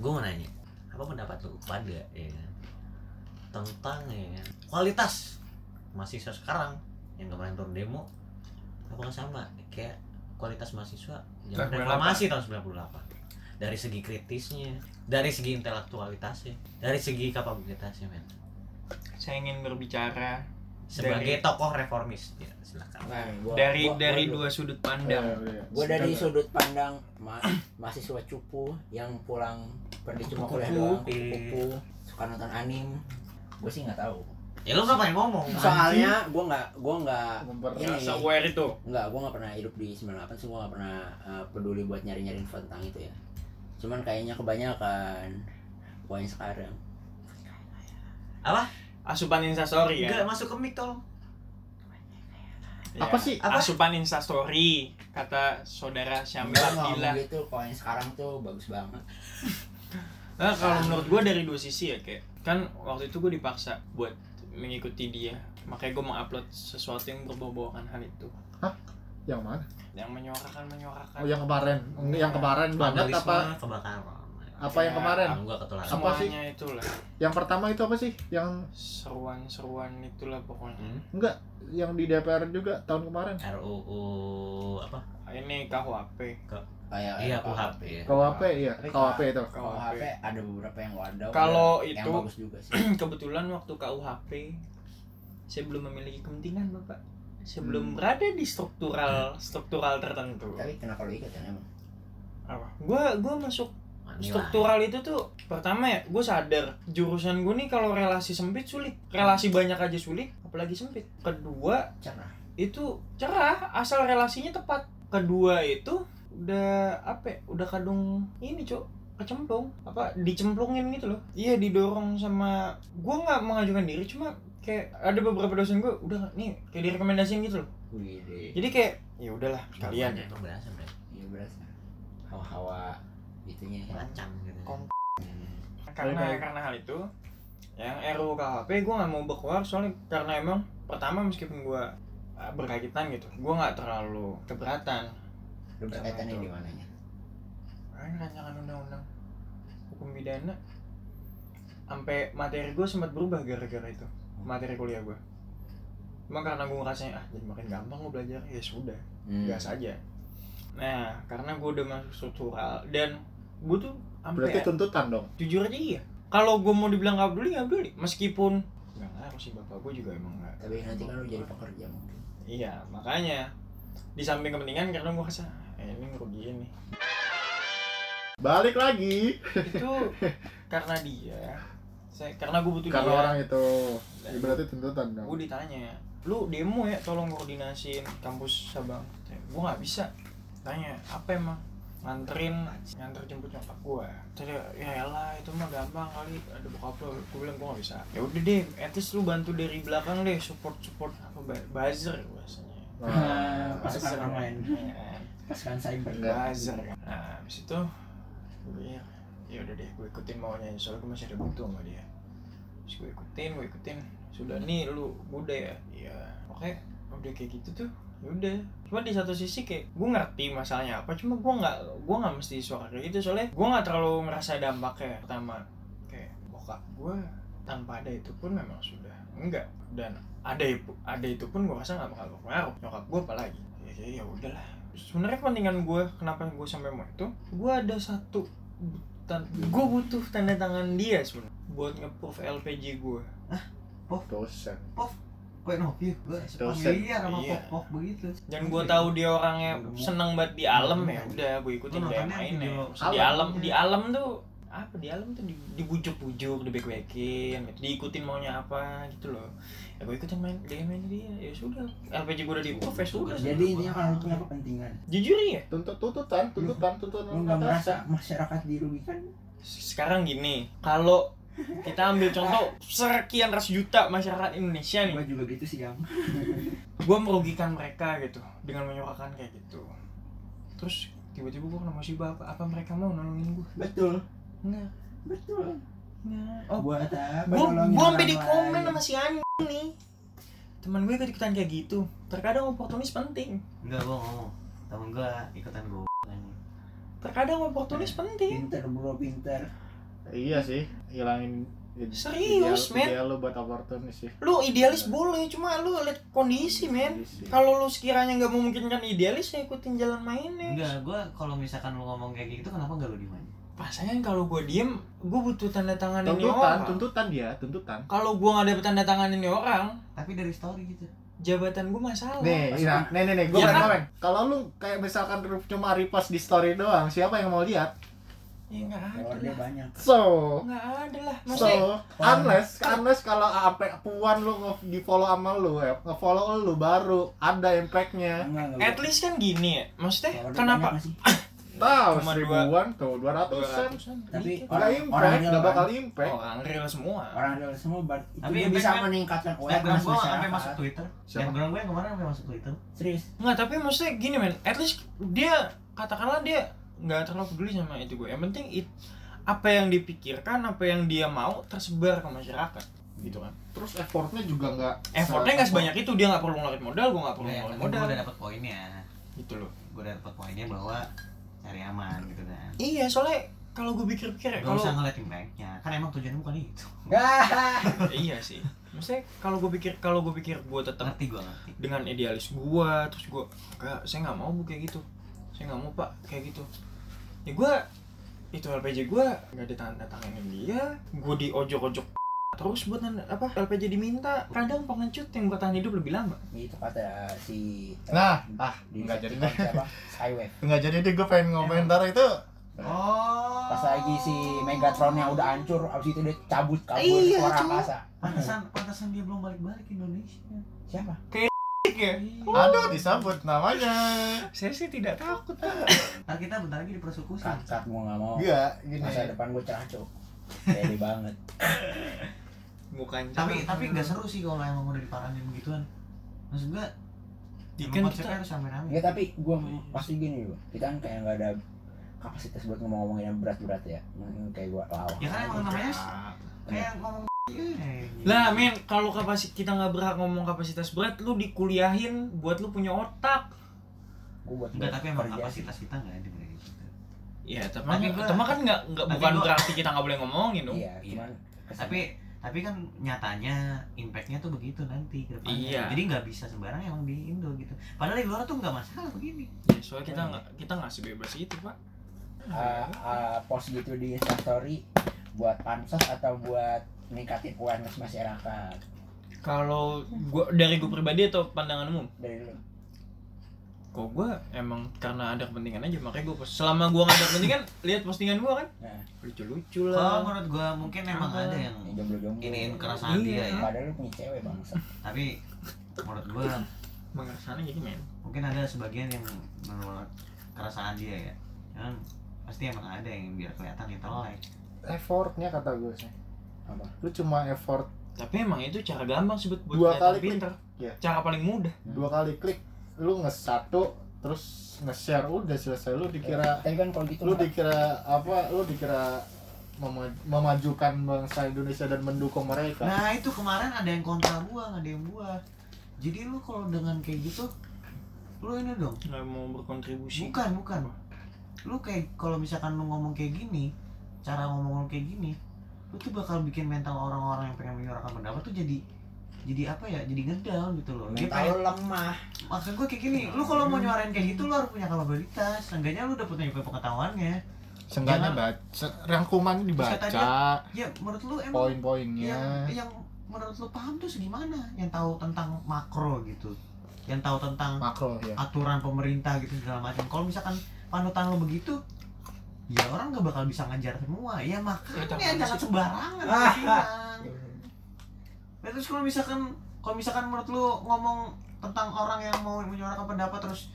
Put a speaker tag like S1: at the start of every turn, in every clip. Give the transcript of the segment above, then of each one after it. S1: mau nanya apa pendapat lu pada ya kan, tentang ya kan, kualitas mahasiswa sekarang yang kemarin turun demo apakah sama kayak kualitas mahasiswa yang
S2: 98.
S1: reformasi tahun 98 dari segi kritisnya dari segi intelektualitasnya dari segi kapabilitasnya men
S2: saya ingin berbicara
S1: sebagai
S2: Dari-
S1: tokoh reformis ya silakan
S3: Nah, gua-
S2: dari
S3: gua-
S2: dari
S3: gua-
S2: dua sudut
S4: Iya,
S2: pandang
S3: Gue dari sudut pandang ma mahasiswa cupu yang pulang pergi cuma kuliah doang, kupu suka nonton anim. Gue sih nggak tahu.
S1: ya lu ngapain ngomong
S3: Soalnya gue nggak gue nggak
S4: Eh.
S2: Iya.
S3: ini
S2: aware itu
S3: nggak gue nggak pernah hidup di 98 sih gue nggak pernah eh, peduli buat nyari nyari info tentang itu ya. Cuman kayaknya kebanyakan gue yang sekarang.
S2: asupan instastory
S4: Iya.
S1: Enggak
S2: ya
S1: masuk ke mic tolong
S2: Ya.
S4: Apa sih?
S1: Apa?
S2: asupan instastory kata saudara Syamil
S3: Enggak, nggak
S2: Abdillah
S3: ngomong gitu kalau yang sekarang tuh bagus banget.
S2: Nah, kalau menurut gue dari dua sisi ya kayak kan waktu itu gue dipaksa buat mengikuti dia makanya gue mengupload sesuatu yang berbau-baukan hal itu
S4: yang mana
S2: yang menyorakan menyorakan
S4: oh yang kemarin Enggak, yang kemarin banget apa
S1: Vandalisme, kebakaran
S4: apa
S2: Iya.
S4: yang kemarin
S1: Ah, gua ketularan
S4: Apa sih?
S2: semuanya itulah
S4: yang pertama itu apa sih yang
S2: seruan-seruan itulah pokoknya
S1: Hmm?
S4: yang di DPR juga tahun kemarin
S1: RUU apa
S2: ini KUHP
S3: Kayak
S4: Eh,
S1: iya KUHP ya
S4: KWP
S2: Iya.
S4: ya
S3: Tapi
S4: KWP itu
S3: KUHP ada beberapa yang gue ada.
S2: Kalau
S3: yang
S2: itu-
S3: bagus juga sih.
S2: kebetulan waktu KUHP saya belum memiliki kepentingan bapak saya belum
S4: Hmm.
S2: berada di struktural struktural tertentu
S3: Tapi kenapa lu ikut ya emang?
S2: apa gua gua masuk
S1: Anilah.
S2: struktural itu tuh pertama ya gue sadar jurusan gue nih kalau relasi sempit sulit relasi banyak aja sulit apalagi sempit kedua
S3: Cerah.
S2: itu cerah asal relasinya tepat kedua itu udah apa ya, udah kadung ini cok kecemplung apa dicemplungin gitu loh iya didorong sama gue nggak mengajukan diri cuma kayak ada beberapa dosen gue udah nih kayak direkomendasiin gitu loh
S3: Wih,
S2: jadi kayak ya udahlah kalian
S1: Emang berasa berasa
S3: Iya berasa. Hawa-hawa itunya ya.
S1: lancang gitu
S2: Kom-
S3: Hmm.
S2: karena
S4: Baik, baik.
S2: karena hal itu yang RUU KHP gue nggak mau berkeluar soalnya karena emang pertama meskipun gue berkaitan gitu gue nggak terlalu keberatan
S3: Lu berkaitannya
S2: Sama
S3: di mananya?
S2: Ah, ini rancangan undang-undang hukum pidana sampai materi gue sempat berubah gara-gara itu materi kuliah gue Emang karena gue ngerasanya ah jadi makin gampang gue belajar ya sudah
S3: Hmm.
S2: gas aja nah karena gue udah masuk struktural dan gue tuh
S4: berarti
S2: sampai
S4: tuntutan dong
S2: jujur aja iya kalau gue mau dibilang gak peduli gak peduli meskipun nggak ngaruh sih bapak gue juga emang nggak
S3: Tapi nanti kan lu jadi pekerja mungkin.
S2: iya makanya di samping kepentingan karena gue rasa eh, ini ngerugiin nih
S4: balik lagi
S2: itu karena dia saya karena gue butuh
S4: karena
S2: dia
S4: orang itu ya, berarti tuntutan dong
S2: gue ditanya lu demo ya tolong koordinasiin kampus Sabang gue nggak bisa tanya apa emang nganterin nganter jemput nyokap gue tadi ya lah itu mah gampang kali ada bokap lo gue bilang gue nggak bisa ya udah deh at least lu bantu dari belakang deh support support apa ba- buzzer bahasanya
S4: Wah.
S3: Pasukan online.
S2: Iya kan?
S3: Pasukan cyber.
S4: Enggak.
S2: buzzer kan nah abis itu gue ya ya udah deh gue ikutin maunya soalnya gue masih ada butuh sama dia terus gue ikutin gue ikutin sudah nih lu muda ya iya oke udah kayak gitu tuh ya udah cuma di satu sisi kayak gue ngerti masalahnya apa cuma gue nggak gue nggak mesti suara kayak gitu soalnya gue nggak terlalu ngerasa dampaknya pertama kayak bokap gue tanpa ada itu pun memang sudah enggak dan ada itu ada itu pun gue rasa nggak bakal berpengaruh nyokap gue apalagi ya ya, ya udahlah sebenarnya kepentingan gue kenapa gue sampai mau itu gue ada satu gue butuh tanda tangan dia sebenarnya buat nge-proof LPG gue
S4: dosen
S1: Gue no view, gue
S4: Dosen.
S1: familiar sama
S2: Iya.
S1: pop-pop begitu
S2: dan gue tahu dia orangnya seneng banget di alam ya udah gue ikutin
S1: Lu
S2: dia
S1: nontonnya
S2: main ya
S1: video
S2: Maksudnya di
S1: alam.
S2: alam di alam tuh apa di alam tuh di- dibujuk-bujuk dibek-bekin gitu. diikutin maunya apa gitu loh ya gue ikutin main dia main dia ya sudah LPG gue udah di proof ya sudah
S3: Jadi intinya kalau lu punya kepentingan,
S2: jujur ya
S4: tuntut tuntutan tuntutan tuntutan
S3: lu nggak
S4: atas.
S3: merasa masyarakat dirugikan,
S2: sekarang gini kalau kita ambil contoh sekian ratus juta masyarakat Indonesia nih
S3: gua juga gitu sih yang.
S2: gue merugikan mereka gitu dengan menyuarakan kayak gitu terus tiba-tiba gue kena musibah apa apa mereka mau nolongin gue
S3: Betul,
S2: enggak
S3: betul.
S2: enggak
S3: Oh, buat apa?
S2: gue
S3: nolongin
S2: gue sampai
S3: orang
S2: di komen
S3: lain?
S2: sama si anjing nih teman gue ikut ikutan kayak gitu terkadang oportunis penting
S1: Enggak, gue ngomong Temen gue ikutan gue
S2: terkadang oportunis penting
S3: Pinter bro, pinter.
S4: Iya sih, hilangin ide-
S2: Serius,
S4: ideal,
S2: men?
S4: Ideal lu buat oportunis sih. Iya
S2: lu idealis boleh cuma lu lihat kondisi Iya men kalau lu sekiranya nggak memungkinkan idealis ya ikutin jalan mainnya
S1: Enggak, gue kalau misalkan lu ngomong kayak gitu kenapa enggak lu dimain?
S2: pasangan kalau gue diem gue butuh tanda tangan ini
S4: Tuntutan,
S2: orang
S4: tuntutan dia, tuntutan.
S2: kalau gue nggak dapet tanda tangan ini orang
S1: Tapi dari story gitu.
S2: jabatan gue masalah
S4: Nih,
S2: Pas-
S4: nah, nih, nih, nih, gue
S2: Iya
S4: pengen
S2: kan?
S4: komen. Kalau lu kayak misalkan lu cuma repost di story doang, siapa yang mau lihat?
S2: ya nggak ada
S3: followernya
S2: lah
S3: banyak
S4: So,
S2: nggak ada lah
S4: so,
S2: maksudnya
S4: unless, unless kalau apa puan lu nge- di follow sama lu, ya, nge-follow lu baru ada impactnya.
S3: enggak enggak
S2: at least kan gini ya maksudnya
S3: Followernya
S2: kenapa
S3: banyak nggak sih?
S4: Tahu
S2: Cuma
S4: seribuan tuh, dua ratusan.
S2: 200-an.
S3: Tapi
S2: Dikit.
S4: Gak
S3: orang-
S4: impact,
S3: orangnya
S4: gak
S3: orang.
S4: bakal impact.
S2: oh unreal semua
S3: orang dewasa semua bar itu
S1: Tapi
S3: dia
S1: impact
S3: bisa
S1: kan-
S3: meningkatkan
S1: Snapgram
S3: awareness
S1: gue sampai masuk
S3: masyarakat.
S1: Twitter.
S4: Siapa?
S1: Snapgram gue yang kemarin sampai masuk Twitter.
S3: serius
S2: nggak tapi maksudnya gini men at least dia katakanlah dia nggak terlalu peduli sama itu gue yang penting it- apa yang dipikirkan apa yang dia mau tersebar ke masyarakat gitu kan
S4: Terus effortnya juga nggak.
S2: effortnya nggak sebanyak itu dia nggak perlu ngeluarin modal gue nggak perlu
S1: Ya,
S2: ngeluarin
S1: gue
S2: modal
S1: udah dapet poinnya.
S2: gitu loh
S1: Gue udah dapet poinnya bahwa cari aman gitu kan.
S2: iya soalnya kalau gue pikir-pikir ya,
S1: Gak
S2: kalau
S1: usah ngeliat impactnya, kan emang tujuannya bukan itu.
S2: iya sih maksudnya kalau gue pikir kalau gue pikir gue tetap
S1: Ngerti gue ngerti.
S2: dengan idealis gue terus gue nggak saya nggak mau bu kayak gitu saya nggak mau pak kayak gitu ya gue itu LPJ gue nggak ada tanda tanganin dia gue di ojok-ojok terus buat nanda- apa LPJ diminta kadang pengecut yang bertahan hidup lebih lama
S3: itu kata si
S4: Nah, ah,
S3: di
S4: nggak jadi deh.
S3: siapa Skywave
S4: Nggak jadi deh, gue pengen komentar itu.
S1: Oh.
S3: pas lagi si Megatronnya udah hancur abis itu dia cabut kabur
S2: Iya,
S3: keluar
S2: cuy.
S3: angkasa
S1: Pantesan, pantesan dia belum balik-balik ke Indonesia.
S3: siapa
S2: ya
S4: Aduh, disambut namanya.
S2: saya sih tidak takut
S1: Ntar kita bentar lagi dipersekusi.
S3: cut cut gua nggak mau
S4: Iya, gini.
S3: masa depan gua cerah cok pede banget
S2: bukan
S1: Tapi tapi nggak seru sih kalau emang udah diparanin begituan. Maksud gue,
S2: Diken
S1: emang konsepnya
S2: kita
S1: harus rame-rame.
S3: ya tapi gua
S1: Iya.
S3: pasti gini loh kita kan kayak nggak ada kapasitas buat ngomong-ngomongin yang berat-berat ya Mungkin kayak gua lawak
S1: Ya kan emang namanya kayak ngomong
S2: Iya.
S1: iya, gitu.
S2: lah men kalau kapasitas kita nggak berhak ngomong kapasitas berat lu dikuliahin buat lu punya otak
S3: gua buat
S1: Enggak, tapi emang
S3: kerja.
S1: kapasitas kita nggak ada kayak gitu.
S2: Iya, tapi,
S1: Tapi gua-
S2: tapi kan nggak nggak
S1: tapi
S2: bukan
S1: gua-
S2: berarti kita nggak boleh ngomongin dong.
S3: iya
S1: Iya.
S3: cuman
S1: Tapi tapi kan nyatanya impactnya tuh begitu nanti ke depannya.
S2: Iya.
S1: Jadi nggak bisa sembarang emang di Indo gitu. Padahal di luar tuh nggak masalah begini.
S2: Ya, soalnya kita nggak kita nggak sebebas itu pak.
S3: uh, uh, post gitu di instastory buat pansos atau buat meningkatin awareness masyarakat
S2: Kalau gua dari gua pribadi atau pandangan umum,
S3: dari lu
S2: kok gua emang karena ada kepentingan aja makanya gua post. Selama gua nggak ada kepentingan, lihat postingan gua kan
S3: nah
S2: lucu-lucu
S1: Kalau
S2: lah.
S1: menurut gua mungkin emang
S2: Apa?
S1: ada yang
S3: yang jomblo-jomblo
S1: Hmm. iniin kerasaan
S2: Iya.
S1: dia ya.
S3: padahal lu punya cewek bangsa
S1: Tapi menurut gua
S2: Mengerasanya gitu men.
S1: mungkin ada sebagian yang menurut kerasaan dia ya. Kan pasti emang ada yang biar kelihatan itu like.
S4: Effortnya kata gue sih.
S3: Apa?
S4: Lu cuma effort
S2: Tapi emang itu cara gampang sih buat buat
S4: Dua
S2: kelihatan
S4: kali klik.
S2: pinter.
S4: Iya.
S2: Cara paling mudah.
S4: dua kali klik, lu nge satu, terus nge-share udah selesai. Lu dikira,
S3: tapi kan kalau
S1: Iya.
S3: gitu
S4: lu dikira apa? Lu dikira mema- memajukan bangsa Indonesia dan mendukung mereka.
S1: Nah itu kemarin ada yang kontra gua, ada yang gua. Jadi lu kalau dengan kayak gitu, lu ini dong.
S2: Nggak mau berkontribusi.
S1: Bukan bukan. Lu kayak kalau misalkan lu ngomong kayak gini, cara ngomong lu kayak gini, lu tuh bakal bikin mental orang-orang yang pengen menyuarakan pendapat tuh jadi jadi apa ya jadi ngedown gitu loh Dia
S3: mental
S1: pengen-
S3: lu lemah
S1: maksud gue kayak gini lu kalau mau nyuarain kayak gitu lu harus punya kapabilitas seenggaknya lu udah punya pengetahuannya
S4: Seenggaknya
S1: Jangan-
S4: baca, rangkuman dibaca,
S1: ya menurut lu emang yang
S4: poin-poinnya.
S1: yang menurut lu paham tuh segimana yang tahu tentang makro gitu yang tahu tentang
S4: makro ya
S1: aturan pemerintah gitu segala macam kalau misalkan panutan lu begitu ya orang gak bakal bisa ngejar semua ya
S2: Ya,
S1: makanya
S2: jangan
S1: jangan
S2: sih.
S1: sembarangan
S3: Ah.
S1: gua bilang. Nah, terus kalau misalkan kalau misalkan menurut lu ngomong tentang orang yang mau menyuarakan pendapat terus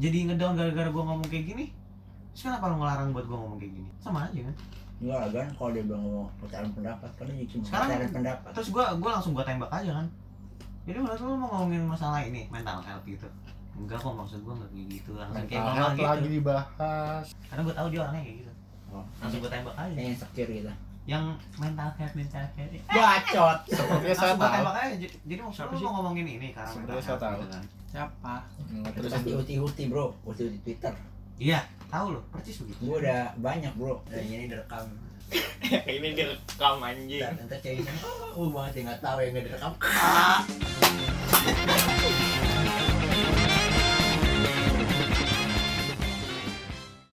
S1: jadi ngedown gara-gara gua ngomong kayak gini terus kenapa lu ngelarang buat gua ngomong kayak gini sama aja kan
S3: Enggak kan kalau dia bilang ngomong percayaan pendapat kan dia cuma
S1: Sekarang-
S3: percayaan pendapat
S1: terus gua gua langsung gua tembak aja kan jadi menurut lu mau ngomongin masalah ini mental health gitu enggak kok maksud gua enggak kayak gitu langsung kayak
S4: mental
S1: ngomong
S4: health
S1: gitu
S4: lagi dibahas
S1: karena gua tahu dia orangnya kayak gitu
S3: Oh.
S1: langsung gua tembak aja
S4: Iya.
S3: yang insecure gitu
S1: yang mental health mental health
S3: bacot
S4: sepertinya Iya, saya
S1: langsung gua
S4: tahu
S1: tembak aja J- jadi maksud
S2: Siapa
S1: lu
S2: sih?
S1: mau ngomongin ini karena
S4: Sebenarnya
S1: mental
S4: saya
S1: health
S4: tahu.
S1: gitu kan
S2: Siapa?
S4: Hmm,
S3: itu
S4: terus
S3: pasti uti-uti bro uti-uti twitter
S1: iya tahu loh persis begitu
S3: gua udah banyak bro dan ini direkam
S2: ini direkam anjing
S3: Ntar ntar cewek sana, oh banget ya nggak tahu yang nggak direkam. Ah.